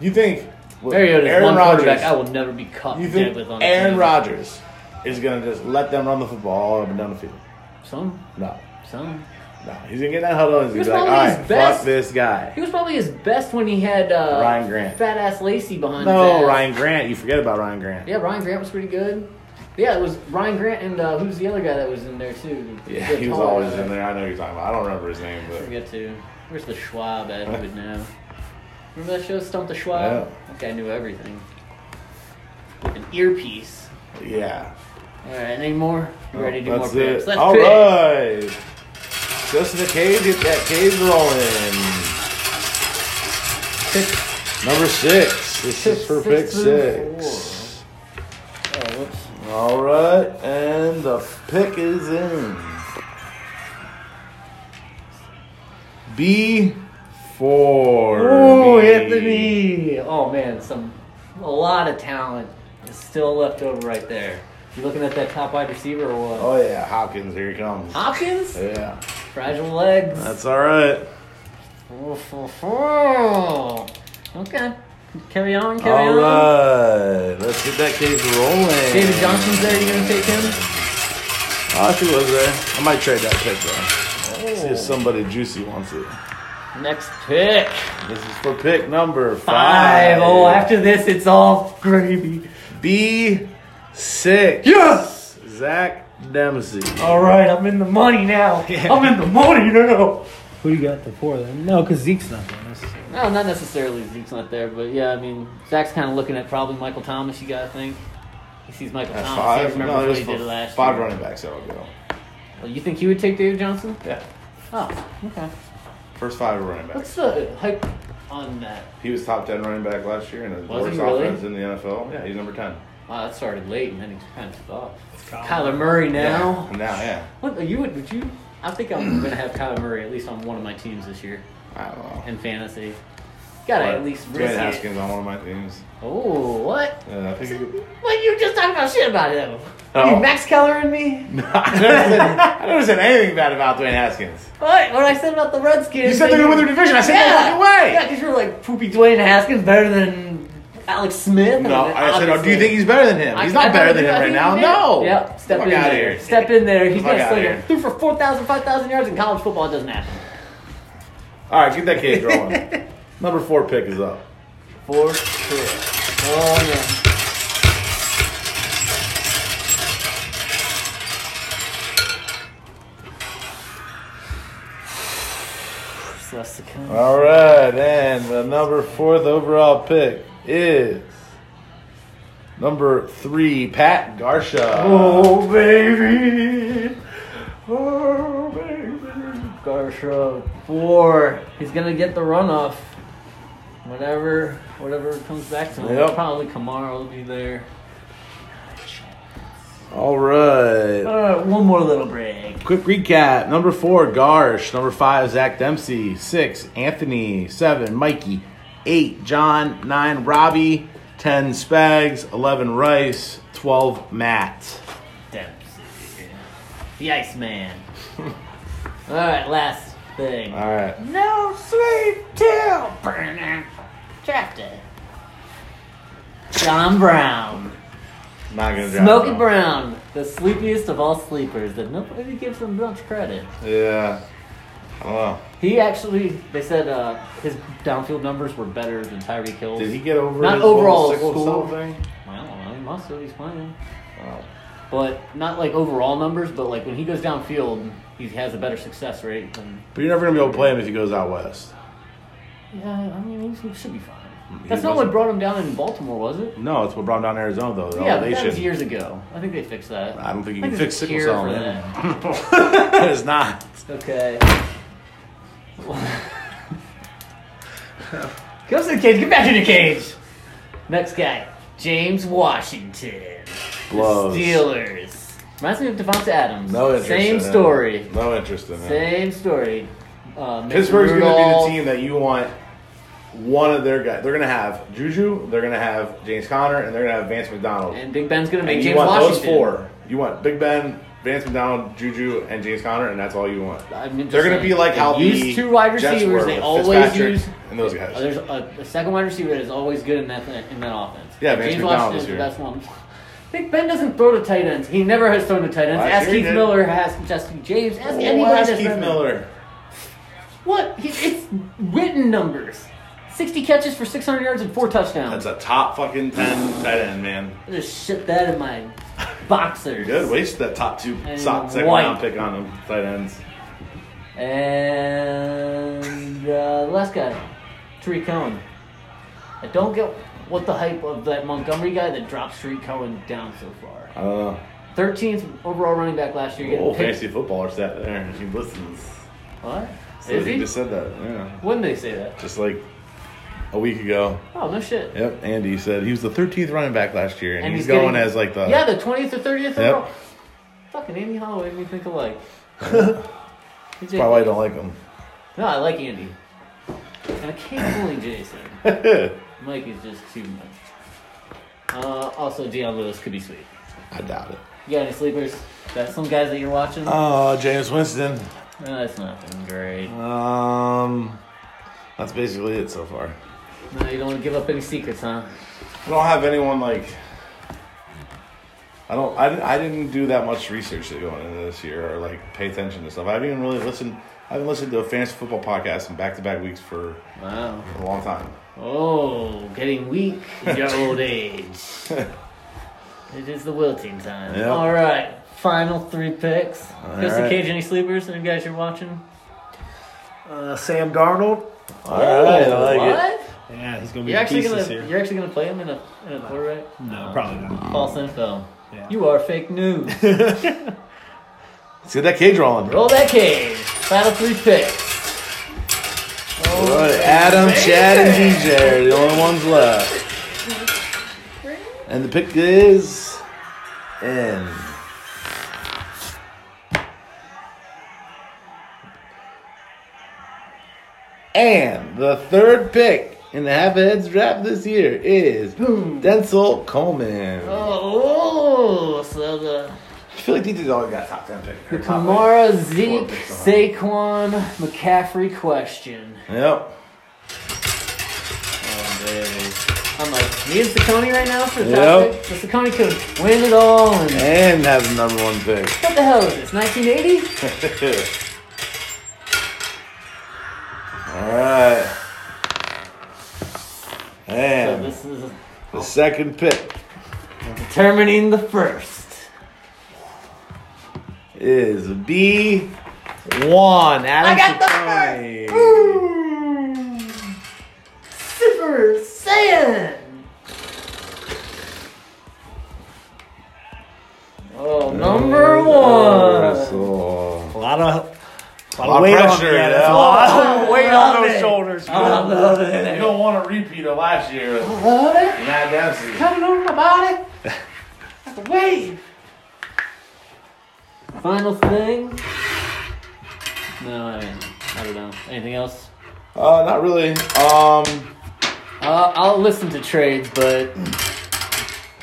Speaker 3: You think with
Speaker 2: Hmm. Mariota is one
Speaker 3: Aaron
Speaker 2: quarterback
Speaker 3: Rodgers?
Speaker 2: I will never be caught
Speaker 3: You
Speaker 2: dead
Speaker 3: think
Speaker 2: with Oh, on a
Speaker 3: Aaron
Speaker 2: team.
Speaker 3: Rodgers is gonna just let them run the football all up and down the field?
Speaker 2: Some,
Speaker 3: No,
Speaker 2: some.
Speaker 3: no. He's gonna get in that huddle and
Speaker 2: He
Speaker 3: he's
Speaker 2: was
Speaker 3: gonna be like,
Speaker 2: probably
Speaker 3: "All
Speaker 2: his
Speaker 3: right,
Speaker 2: best-
Speaker 3: fuck this guy."
Speaker 2: He was probably his best when he had uh,
Speaker 3: Ryan Grant.
Speaker 2: fat ass Lacey behind. his
Speaker 3: No,
Speaker 2: ass.
Speaker 3: Ryan Grant. You forget about Ryan Grant.
Speaker 2: Yeah, Ryan Grant was pretty good. Yeah, it was Ryan Grant and uh, who's the other guy that was in there too?
Speaker 3: Yeah,
Speaker 2: The
Speaker 3: he was
Speaker 2: tall
Speaker 3: always
Speaker 2: guy.
Speaker 3: in there. I know who you're talking about. I don't remember his name,
Speaker 2: I
Speaker 3: but
Speaker 2: forget to. Where's the Schwab at? Who would know? Remember that show, Stump the Schwab? That guy knew everything. An earpiece.
Speaker 3: yeah.
Speaker 2: All right, any more? You ready to do
Speaker 3: That's
Speaker 2: more
Speaker 3: it.
Speaker 2: picks? Let's
Speaker 3: All
Speaker 2: pick.
Speaker 3: right. Just in the cage, get that cage rolling.
Speaker 2: Pick-
Speaker 3: Number six. This is for pick
Speaker 2: Six through
Speaker 3: six.
Speaker 2: Oh, whoops.
Speaker 3: All right, and the pick is in. B four.
Speaker 2: Oh, Anthony! Oh man, some a lot of talent is still left over right there. You looking at that top wide receiver or what?
Speaker 3: Oh yeah, Hopkins. Here he comes.
Speaker 2: Hopkins?
Speaker 3: Yeah,
Speaker 2: Fragile legs.
Speaker 3: that's all right.
Speaker 2: Okay. Carry on, carry
Speaker 3: All
Speaker 2: on.
Speaker 3: right, let's get that case rolling.
Speaker 2: David Johnson's there. You gonna take him?
Speaker 3: Oh, she was there. I might trade that pick though. See
Speaker 2: Oh.
Speaker 3: if somebody juicy wants it.
Speaker 2: Next pick.
Speaker 3: This is for pick number
Speaker 2: Five.
Speaker 3: five.
Speaker 2: Oh, after this, it's all gravy.
Speaker 3: B six.
Speaker 2: Yes!
Speaker 3: Zach Dempsey.
Speaker 2: All right, I'm in the money
Speaker 5: *laughs*
Speaker 2: now. I'm in the money now.
Speaker 6: Who do you got before then? No, because Zeke's not there. necessarily.
Speaker 2: No, not necessarily. Zeke's not there, but yeah, I mean, Zach's kind of looking at probably Michael Thomas. You gotta think. He sees Michael
Speaker 3: At
Speaker 2: Thomas. He
Speaker 3: five.
Speaker 2: remembers
Speaker 3: No,
Speaker 2: what
Speaker 3: there's
Speaker 2: he did last
Speaker 3: five
Speaker 2: year.
Speaker 3: running backs that'll go.
Speaker 2: Well, Oh, you think he would take David Johnson?
Speaker 3: Yeah,
Speaker 2: Oh, okay.
Speaker 3: first five are running backs.
Speaker 2: What's the hype on that?
Speaker 3: He was top ten running back last year and the
Speaker 2: Was
Speaker 3: worst
Speaker 2: he really?
Speaker 3: offense in the NFL. Yeah, he's number ten.
Speaker 2: Wow, that started late, and then he kind of off.
Speaker 5: Kyler.
Speaker 2: Kyler Murray now.
Speaker 3: Yeah. Now, yeah.
Speaker 2: What you would? Would you? I think I'm gonna have Kyler Murray at least on one of my teams this year
Speaker 3: I don't know.
Speaker 2: in fantasy. Gotta
Speaker 3: But
Speaker 2: at least risk
Speaker 3: Dwayne
Speaker 2: it.
Speaker 3: Haskins on one of my teams.
Speaker 2: *laughs* Oh, what?
Speaker 3: Yeah, I think he could- *laughs*
Speaker 2: What you just talking about shit about him?
Speaker 3: Oh.
Speaker 2: You Max Keller and me?
Speaker 3: I never said- I never said anything bad about Dwayne Haskins.
Speaker 2: What? What I said about the Redskins?
Speaker 3: You said they're gonna win their division. I said no
Speaker 2: yeah.
Speaker 3: fucking way.
Speaker 2: Yeah, because you're like poopy Dwayne Haskins better than Alex Smith.
Speaker 3: No,
Speaker 2: mean,
Speaker 3: I said, oh, do you
Speaker 2: obviously.
Speaker 3: think he's better than him?
Speaker 2: I-
Speaker 3: He's not
Speaker 2: I
Speaker 3: better than
Speaker 2: think-
Speaker 3: him
Speaker 2: I
Speaker 3: right
Speaker 2: think
Speaker 3: now.
Speaker 2: he did.
Speaker 3: No.
Speaker 2: Yep. Step
Speaker 3: Fuck
Speaker 2: in
Speaker 3: outta
Speaker 2: there.
Speaker 3: here.
Speaker 2: Step in there. He's
Speaker 3: Fuck
Speaker 2: gonna
Speaker 3: outta
Speaker 2: sling
Speaker 3: here.
Speaker 2: it. Threw for 4,000, 5,000 yards in college football. It doesn't happen.
Speaker 3: All right, get that cage rolling.
Speaker 2: *laughs*
Speaker 3: Number four pick is up.
Speaker 2: For sure. Oh yeah. So that's the kind.
Speaker 3: All right, and the number fourth overall pick is number three, Pat Garsha.
Speaker 2: Oh baby, oh baby, Garsha four. He's gonna get the runoff. Whatever, whatever comes back to him.
Speaker 3: Yep.
Speaker 2: Probably Kamara will be there.
Speaker 3: All right.
Speaker 2: All right, Uh, one more little break.
Speaker 3: Quick recap. Number four, Garsh. Number five, Zach Dempsey. Six, Anthony. Seven, Mikey. Eight, John. Nine, Robbie. Ten, Spags. Eleven, Rice. Twelve, Matt.
Speaker 2: Dempsey. The Iceman. *laughs* Alright, last thing.
Speaker 3: All right.
Speaker 2: No sweet tail burner. Drafted. John Brown.
Speaker 3: Not gonna draft
Speaker 2: Smokey
Speaker 3: him.
Speaker 2: Brown, the sleepiest of all sleepers that nobody gives him much credit.
Speaker 3: Yeah. I don't know.
Speaker 2: He actually, they said uh, his downfield numbers were better than Tyreek Hill's.
Speaker 3: Did he get over
Speaker 2: Not
Speaker 3: his little
Speaker 2: overall
Speaker 3: sickle
Speaker 2: score.
Speaker 3: cell thing?
Speaker 2: I don't know, he must have, he's playing. Uh,
Speaker 3: Wow.
Speaker 2: But not like overall numbers, but like when he goes downfield, he has a better success rate than
Speaker 3: But you're never gonna be able to play him if he goes out west.
Speaker 2: Yeah, I mean, he should be fine.
Speaker 3: Mm-hmm. He
Speaker 2: That's not what
Speaker 3: wasn't-
Speaker 2: brought him down in Baltimore, was it?
Speaker 3: No, it's what brought him down to Arizona though. The
Speaker 2: yeah, but that
Speaker 3: elevation.
Speaker 2: was years ago. I think they fixed that.
Speaker 3: I don't think you
Speaker 2: I
Speaker 3: can fix
Speaker 2: there's a
Speaker 3: sickle
Speaker 2: cure
Speaker 3: cell,
Speaker 2: for
Speaker 3: man. *laughs*
Speaker 2: that.
Speaker 3: it's not.
Speaker 2: Okay. Go to the cage. Get back in the cage. Next guy, James Washington, The
Speaker 3: Blows.
Speaker 2: Steelers. Reminds me of Devonta Adams.
Speaker 3: Oh, No uh, interest.
Speaker 2: Same
Speaker 3: in him.
Speaker 2: story.
Speaker 3: No interest in him.
Speaker 2: Same story. Uh, Mason
Speaker 3: Pittsburgh's gonna be
Speaker 2: Rudolph.
Speaker 3: the team that you want. One of their guys. They're gonna have Juju. They're gonna have James Conner, and they're gonna have Vance McDonald.
Speaker 2: And Big Ben's gonna make
Speaker 3: And you
Speaker 2: James
Speaker 3: want
Speaker 2: Washington.
Speaker 3: those four. You want Big Ben, Vance McDonald, Juju, and James Conner, and that's all you want.
Speaker 2: I mean,
Speaker 3: They're
Speaker 2: just
Speaker 3: going to
Speaker 2: saying,
Speaker 3: be like
Speaker 2: they
Speaker 3: how
Speaker 2: use
Speaker 3: the
Speaker 2: two wide
Speaker 3: Jets were
Speaker 2: receivers. They
Speaker 3: with
Speaker 2: always
Speaker 3: Fitzpatrick
Speaker 2: use.
Speaker 3: and those
Speaker 2: Uh,
Speaker 3: guys.
Speaker 2: There's a, a second wide receiver that is always good in that in that offense.
Speaker 3: Yeah, Vance
Speaker 2: James
Speaker 3: McDonald
Speaker 2: Washington is
Speaker 3: this
Speaker 2: the
Speaker 3: year.
Speaker 2: best one. *laughs* Big Ben doesn't throw to tight ends. He never has thrown to tight ends.
Speaker 3: Last
Speaker 2: ask
Speaker 3: year he
Speaker 2: Keith
Speaker 3: did.
Speaker 2: Miller. Ask Justin James. Ask
Speaker 3: Oh,
Speaker 2: anybody.
Speaker 3: ask
Speaker 2: that's
Speaker 3: Keith
Speaker 2: done that.
Speaker 3: Miller.
Speaker 2: What? He, it's written numbers. Sixty catches for six hundred yards and four touchdowns.
Speaker 3: That's a top fucking ten tight end, man.
Speaker 2: I just shit that in my
Speaker 3: *laughs*
Speaker 2: boxers.
Speaker 3: Good. Waste that top two
Speaker 2: And
Speaker 3: so- second
Speaker 2: White.
Speaker 3: round pick on them tight ends.
Speaker 2: And uh, the last guy, Tariq Cohen. I don't get what the hype of that Montgomery guy that dropped Tariq Cohen down so far.
Speaker 3: I don't know.
Speaker 2: 13th overall running back last year. Getting
Speaker 3: Old
Speaker 2: picked.
Speaker 3: fantasy footballer sat there and he listens.
Speaker 2: What?
Speaker 3: So
Speaker 2: Is
Speaker 3: he?
Speaker 2: he?
Speaker 3: just said that. Yeah.
Speaker 2: When did they say that?
Speaker 3: Just like a week ago.
Speaker 2: Oh, no shit.
Speaker 3: Yep. Andy said he was the 13th running back last year, and,
Speaker 2: And
Speaker 3: he's,
Speaker 2: he's
Speaker 3: going
Speaker 2: getting-
Speaker 3: as like the
Speaker 2: yeah, the 20th or 30th overall.
Speaker 3: Yep.
Speaker 2: Fucking Andy Holloway made me
Speaker 3: *laughs*
Speaker 2: think alike. He's
Speaker 3: Probably why I don't like him.
Speaker 2: No, I like Andy. And I can't bully Jason.
Speaker 3: *laughs*
Speaker 2: Mike is just too much. Uh, also, Deion Lewis could be sweet.
Speaker 3: I doubt it.
Speaker 2: You got any sleepers? Got some guys that you're
Speaker 3: Uh,
Speaker 2: watching?
Speaker 3: Oh, James Winston.
Speaker 2: no, that's nothing great.
Speaker 3: Um, That's basically it so far.
Speaker 2: No, you don't want to give up any secrets, huh?
Speaker 3: I don't have anyone like. I don't. I, didn't- I didn't do that much research going into this year, or like pay attention to stuff. I haven't even really listened. I haven't listened to a fantasy football podcast in back to back weeks for
Speaker 2: Wow.
Speaker 3: a long time.
Speaker 2: Oh, getting weak
Speaker 3: *laughs*
Speaker 2: in your old age. It is the wilting time.
Speaker 3: Yep.
Speaker 2: All right, final three picks. Just in
Speaker 3: right.
Speaker 2: case any sleepers, any guys you're watching.
Speaker 5: Uh, Sam Darnold.
Speaker 3: All right, I like
Speaker 2: what?
Speaker 5: Yeah, he's gonna be
Speaker 2: You're
Speaker 5: the
Speaker 2: actually
Speaker 5: beast
Speaker 2: gonna
Speaker 5: this year.
Speaker 2: you're actually gonna play him in a in a quarterback?
Speaker 3: Hmm.
Speaker 5: No, probably not.
Speaker 2: False info.
Speaker 5: Yeah.
Speaker 2: You are fake news.
Speaker 3: it. Let's get that cage rolling.
Speaker 2: Roll that cage. Final three picks.
Speaker 3: All right, Adam, Chad, and DJ are the only ones left. And the pick is in. And the third pick in the half heads draft this year is Denzel Coleman.
Speaker 2: Oh, so the
Speaker 3: I feel like DJ's always got a top ten pick. or top
Speaker 2: Kamara,
Speaker 3: Four
Speaker 2: Zeke,
Speaker 3: picks
Speaker 2: Saquon, McCaffrey question.
Speaker 3: eight. Yep.
Speaker 2: I'm like, me and Saccone right now for the
Speaker 3: Yep.
Speaker 2: top pick. So Saccone could win it all. And
Speaker 3: And has the number one pick.
Speaker 2: what the hell is this? 1980?
Speaker 3: All right.
Speaker 2: So
Speaker 3: And
Speaker 2: this is
Speaker 3: the second pick
Speaker 2: determining the first.
Speaker 3: is B one. Adam
Speaker 2: I got the
Speaker 3: Ciccone.
Speaker 2: Super Saiyan. Oh, number one.
Speaker 3: So,
Speaker 5: A lot of, a
Speaker 3: lot
Speaker 5: lot
Speaker 3: of
Speaker 5: of weight
Speaker 3: pressure,
Speaker 5: on yeah,
Speaker 3: you
Speaker 5: that's a
Speaker 3: know?
Speaker 5: lot of weight on
Speaker 2: Love
Speaker 5: those
Speaker 2: it.
Speaker 5: shoulders.
Speaker 2: I love it.
Speaker 3: don't want a repeat of last year.
Speaker 2: Love it.
Speaker 3: Matt Dempsey.
Speaker 2: Coming over my body. Like a wave. Final thing. No, I mean, I don't know. Anything else?
Speaker 3: Uh, not really. Um,
Speaker 2: Uh, I'll listen to trades, but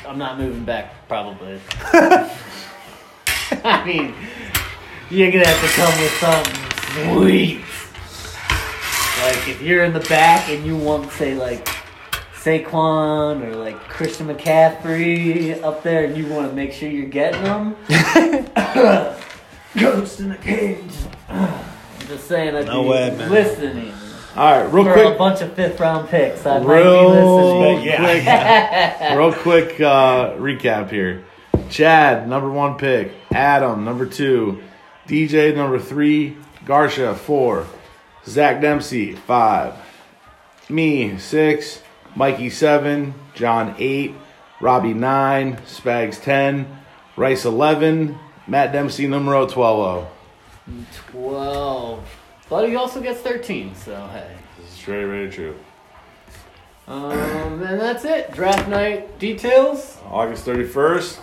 Speaker 2: I'm not moving back, probably. *laughs* I mean, you're gonna have to come with something sweet. Like, if you're in the back and you want, say, like, Saquon or, like, Christian McCaffrey up there and you want to make sure you're getting
Speaker 5: *laughs*
Speaker 2: them, *coughs* ghost in the cage. I'm just saying, I'd
Speaker 5: No
Speaker 2: be
Speaker 5: way, man.
Speaker 2: listening
Speaker 3: all right, real
Speaker 2: for a
Speaker 3: quick.
Speaker 2: bunch of fifth round picks. I
Speaker 3: Real
Speaker 2: might
Speaker 5: listening. *laughs*
Speaker 3: quick, real quick uh, recap here. Chad, number one pick. Adam, number two. DJ, number three. Garsha, four. Zach Dempsey, five. Me, six. Mikey, seven. John, eight. Robbie, nine. Spags, 10. Rice, 11. Matt Dempsey, numero 12.
Speaker 2: be listening. Twelve. But he also gets thirteen, so hey.
Speaker 3: This is very, very true.
Speaker 2: Um, and that's it. Draft night details.
Speaker 3: August 31st.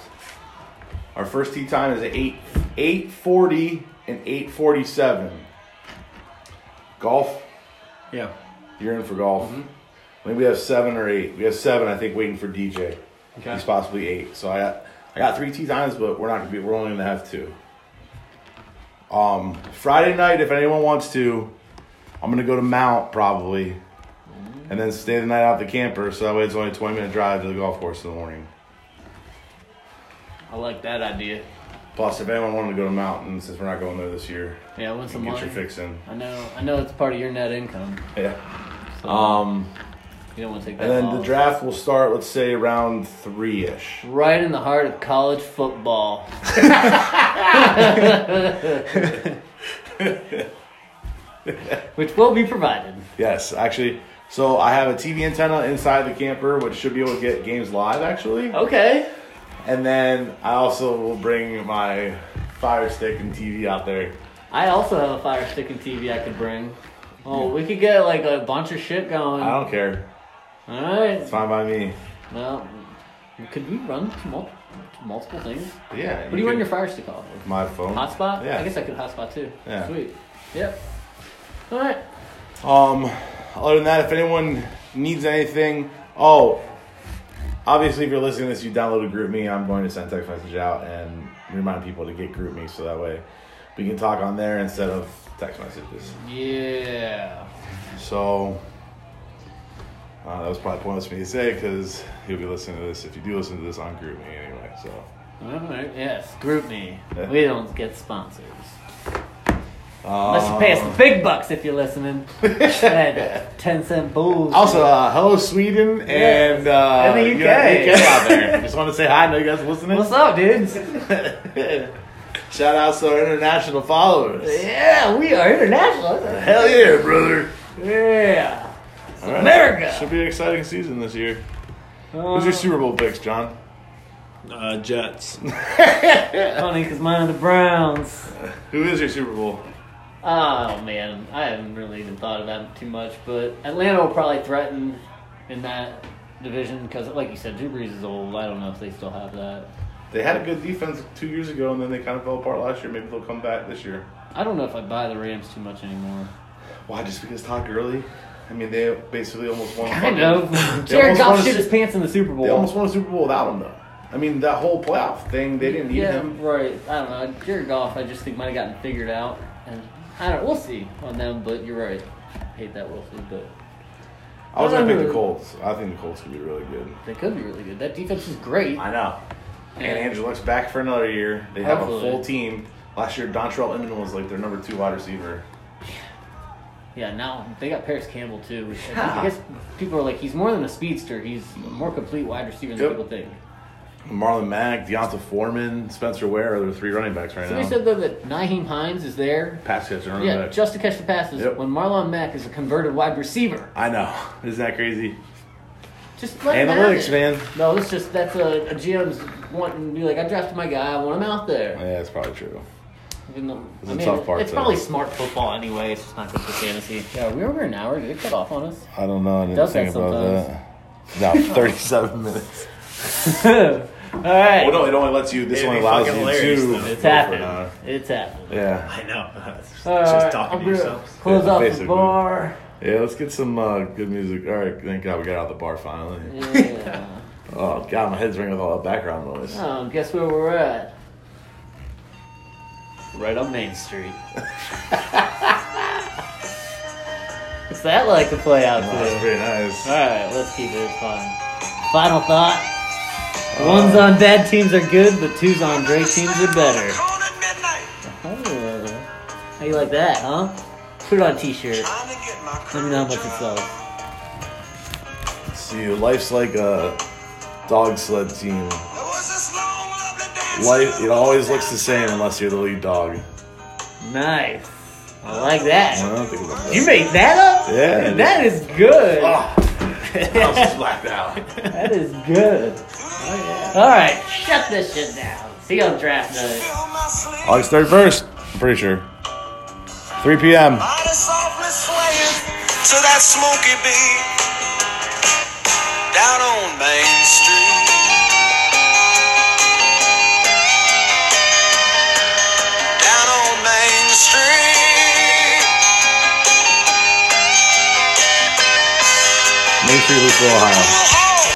Speaker 3: Our first tee time is at 8 840 and 847. Golf,
Speaker 5: Yeah.
Speaker 3: you're in for golf. Maybe we have seven or eight. We have seven, I think, waiting for DJ.
Speaker 2: Okay.
Speaker 3: He's possibly eight. So I got I got three tee times, but we're not gonna be we're only gonna have two. Um Friday night, if anyone wants to, I'm gonna go to Mount probably. And then stay the night out at the camper, so that way it's only a 20 minute drive to the golf course in the morning.
Speaker 2: I like that idea.
Speaker 3: Plus, if anyone wanted to go to mountains, since we're not going there this year,
Speaker 2: Yeah, I want
Speaker 3: you
Speaker 2: some
Speaker 3: can get your
Speaker 2: money.
Speaker 3: fix in.
Speaker 2: I know. I know it's part of your net income.
Speaker 3: Yeah.
Speaker 2: So
Speaker 3: Um,
Speaker 2: you don't want to take that.
Speaker 3: and then the
Speaker 2: loss.
Speaker 3: draft will start, let's say, around three ish.
Speaker 2: Right in the heart of
Speaker 3: *laughs*
Speaker 2: college football. Which will be provided.
Speaker 3: Yes, actually. So I have a TV antenna inside the camper, which should be able to get games live, actually.
Speaker 2: Okay.
Speaker 3: And then I also will bring my fire stick and TV out there.
Speaker 2: I also have a fire stick and TV I could bring. Oh, we could get like a bunch of shit going.
Speaker 3: I don't care.
Speaker 2: All right.
Speaker 3: It's fine by me.
Speaker 2: Well, could we run to mul- to multiple things? What
Speaker 3: But yeah.
Speaker 2: do you run
Speaker 3: can-
Speaker 2: your fire stick off? of?
Speaker 3: My phone.
Speaker 2: Hotspot?
Speaker 3: Yeah.
Speaker 2: I guess I could hotspot too.
Speaker 3: Yeah.
Speaker 2: Sweet. Yep. All right.
Speaker 3: Um, other than that, if anyone needs anything, oh, obviously, if you're listening to this, you downloaded GroupMe. I'm going to send text message out and remind people to get GroupMe so that way we can talk on there instead of text messages.
Speaker 2: Yeah.
Speaker 3: So uh, that was probably pointless for me to say because you'll be listening to this if you do listen to this on Groupie anyway. So
Speaker 2: All right. Yes, group me.
Speaker 3: Yeah.
Speaker 2: We don't get sponsors.
Speaker 3: um,
Speaker 2: Unless you pay us the big bucks if
Speaker 3: *laughs*
Speaker 2: you're listening. That ten cent booze.
Speaker 3: Also, uh, hello Sweden and uh,
Speaker 2: And the
Speaker 3: you know,
Speaker 2: UK.
Speaker 3: out there. Just want to say hi. I know you guys are listening.
Speaker 2: What's
Speaker 3: *laughs*
Speaker 2: up, dudes?
Speaker 3: Shout out to our international followers.
Speaker 2: yeah, we are international.
Speaker 3: Hell yeah, brother!
Speaker 2: Yeah.
Speaker 3: All right.
Speaker 2: America.
Speaker 3: should be an exciting season this year.
Speaker 2: Uh,
Speaker 3: Who's your Super Bowl picks, John?
Speaker 5: Uh, Jets.
Speaker 2: funny because mine are the Browns.
Speaker 3: *laughs* Who is your Super Bowl?
Speaker 2: Oh man, I haven't really even thought about it too much, but Atlanta will probably threaten in that division because, like you said, Drew Brees is old. I don't know if they still have that.
Speaker 3: They had a good defense two years ago, and then they kind of fell apart last year. Maybe they'll come back this year.
Speaker 2: I don't know if I buy the Rams too much anymore.
Speaker 3: Why? Just because Todd Gurley? I mean, they basically almost won.
Speaker 2: I know.
Speaker 3: They
Speaker 2: Jared
Speaker 3: almost won
Speaker 2: Goff
Speaker 3: a
Speaker 2: shit
Speaker 3: Su-
Speaker 2: his pants in the Super
Speaker 3: They
Speaker 2: Bowl.
Speaker 3: almost won a Super Bowl without him, though. I mean, that whole playoff thing, they didn't need
Speaker 2: yeah,
Speaker 3: him.
Speaker 2: right. I don't know. Jared Goff, I just think might have gotten figured out, and I don't. We'll see on them, but you're right. hate that we'll see, but
Speaker 3: I was gonna
Speaker 2: I don't
Speaker 3: pick the
Speaker 2: know.
Speaker 3: Colts. I think the Colts could be really good.
Speaker 2: they could be really good. That defense is great.
Speaker 3: I know. And
Speaker 2: Yeah.
Speaker 3: Andrew Luck's back for another year. They have
Speaker 2: Hopefully.
Speaker 3: a full team. Last year, Dontrell Inman was like their number two wide receiver.
Speaker 2: Yeah, now they got Paris Campbell too. Which *laughs* I-
Speaker 3: Yeah.
Speaker 2: I guess people are like, he's more than a speedster. He's a more complete wide receiver than
Speaker 3: Yep.
Speaker 2: people think.
Speaker 3: Marlon Mack, Deonta Foreman, Spencer Ware are their three running backs right
Speaker 2: Somebody
Speaker 3: now.
Speaker 2: said though that Naheem Hines is there.
Speaker 3: Pass catcher, running
Speaker 2: Yeah,
Speaker 3: back.
Speaker 2: just to catch the passes.
Speaker 3: Yep.
Speaker 2: When Marlon Mack is a converted wide receiver,
Speaker 3: I know. *laughs* Isn't that crazy?
Speaker 2: just let him have
Speaker 3: Analytics,
Speaker 2: it.
Speaker 3: man.
Speaker 2: No, it's just that's a, a GM's wanting to be like, I drafted my guy, I want him out there.
Speaker 3: Yeah, that's probably true.
Speaker 2: Even though,
Speaker 3: It's
Speaker 2: I
Speaker 3: a
Speaker 2: mean,
Speaker 3: tough part,
Speaker 2: it's
Speaker 3: though.
Speaker 2: probably smart football anyway. It's just not good for fantasy. Yeah, we were over an hour. Did it cut off on us?
Speaker 3: I don't know. I didn't
Speaker 2: Does
Speaker 3: think
Speaker 2: that
Speaker 3: about that. *laughs* No, 37 minutes.
Speaker 2: *laughs* All right,
Speaker 3: Well, no, it only lets you. This
Speaker 5: It'd
Speaker 3: one
Speaker 5: be
Speaker 3: allows you
Speaker 5: fucking hilarious,
Speaker 3: to. go
Speaker 5: though.
Speaker 2: it's
Speaker 3: for an
Speaker 2: happened.
Speaker 3: hour.
Speaker 2: It's happened.
Speaker 3: Yeah.
Speaker 5: *laughs* I know. It's just,
Speaker 2: All
Speaker 5: just
Speaker 2: right,
Speaker 5: talking
Speaker 2: Uh, I'm
Speaker 5: to
Speaker 2: gonna
Speaker 5: yourself.
Speaker 2: Close
Speaker 3: Yeah,
Speaker 2: off
Speaker 3: basically.
Speaker 2: the bar.
Speaker 3: Yeah, let's get some uh, good music. All right, thank God we got out of the bar finally.
Speaker 2: Yeah.
Speaker 3: Oh God, my head's ringing with all that background noise.
Speaker 2: oh, guess where we're at? Right on Main *laughs* Street. What's that like to play out
Speaker 3: Oh,
Speaker 2: to?
Speaker 3: that's pretty nice.
Speaker 2: Alright, let's keep it fun. Final thought. Ones on bad teams are good, but twos on great teams are better.
Speaker 1: Call at midnight.
Speaker 2: Oh. How you like that, huh? Put it on a t-shirt.
Speaker 1: Time to get my
Speaker 2: Let me know how much it
Speaker 1: courage
Speaker 2: sells.
Speaker 1: up.
Speaker 3: See, life's like a dog sled
Speaker 1: There was
Speaker 3: team.
Speaker 1: this long, lovely dance
Speaker 3: Life, it always looks the same unless you're the lead dog.
Speaker 2: Nice. I like
Speaker 3: I
Speaker 2: that.
Speaker 3: don't think about that.
Speaker 2: You made that up?
Speaker 3: Yeah.
Speaker 2: That is good.
Speaker 3: Ah, I was blacked out.
Speaker 2: That is good. Alright, shut this shit down. See you on draft night.
Speaker 1: Fill my sleeve.
Speaker 3: August thirty first. I'm pretty sure. 3 p.m.
Speaker 1: Body softly swaying to that smoky beat down on Main Street. Down on Main Street.
Speaker 3: Main Street, Louisville, Ohio.
Speaker 1: We'll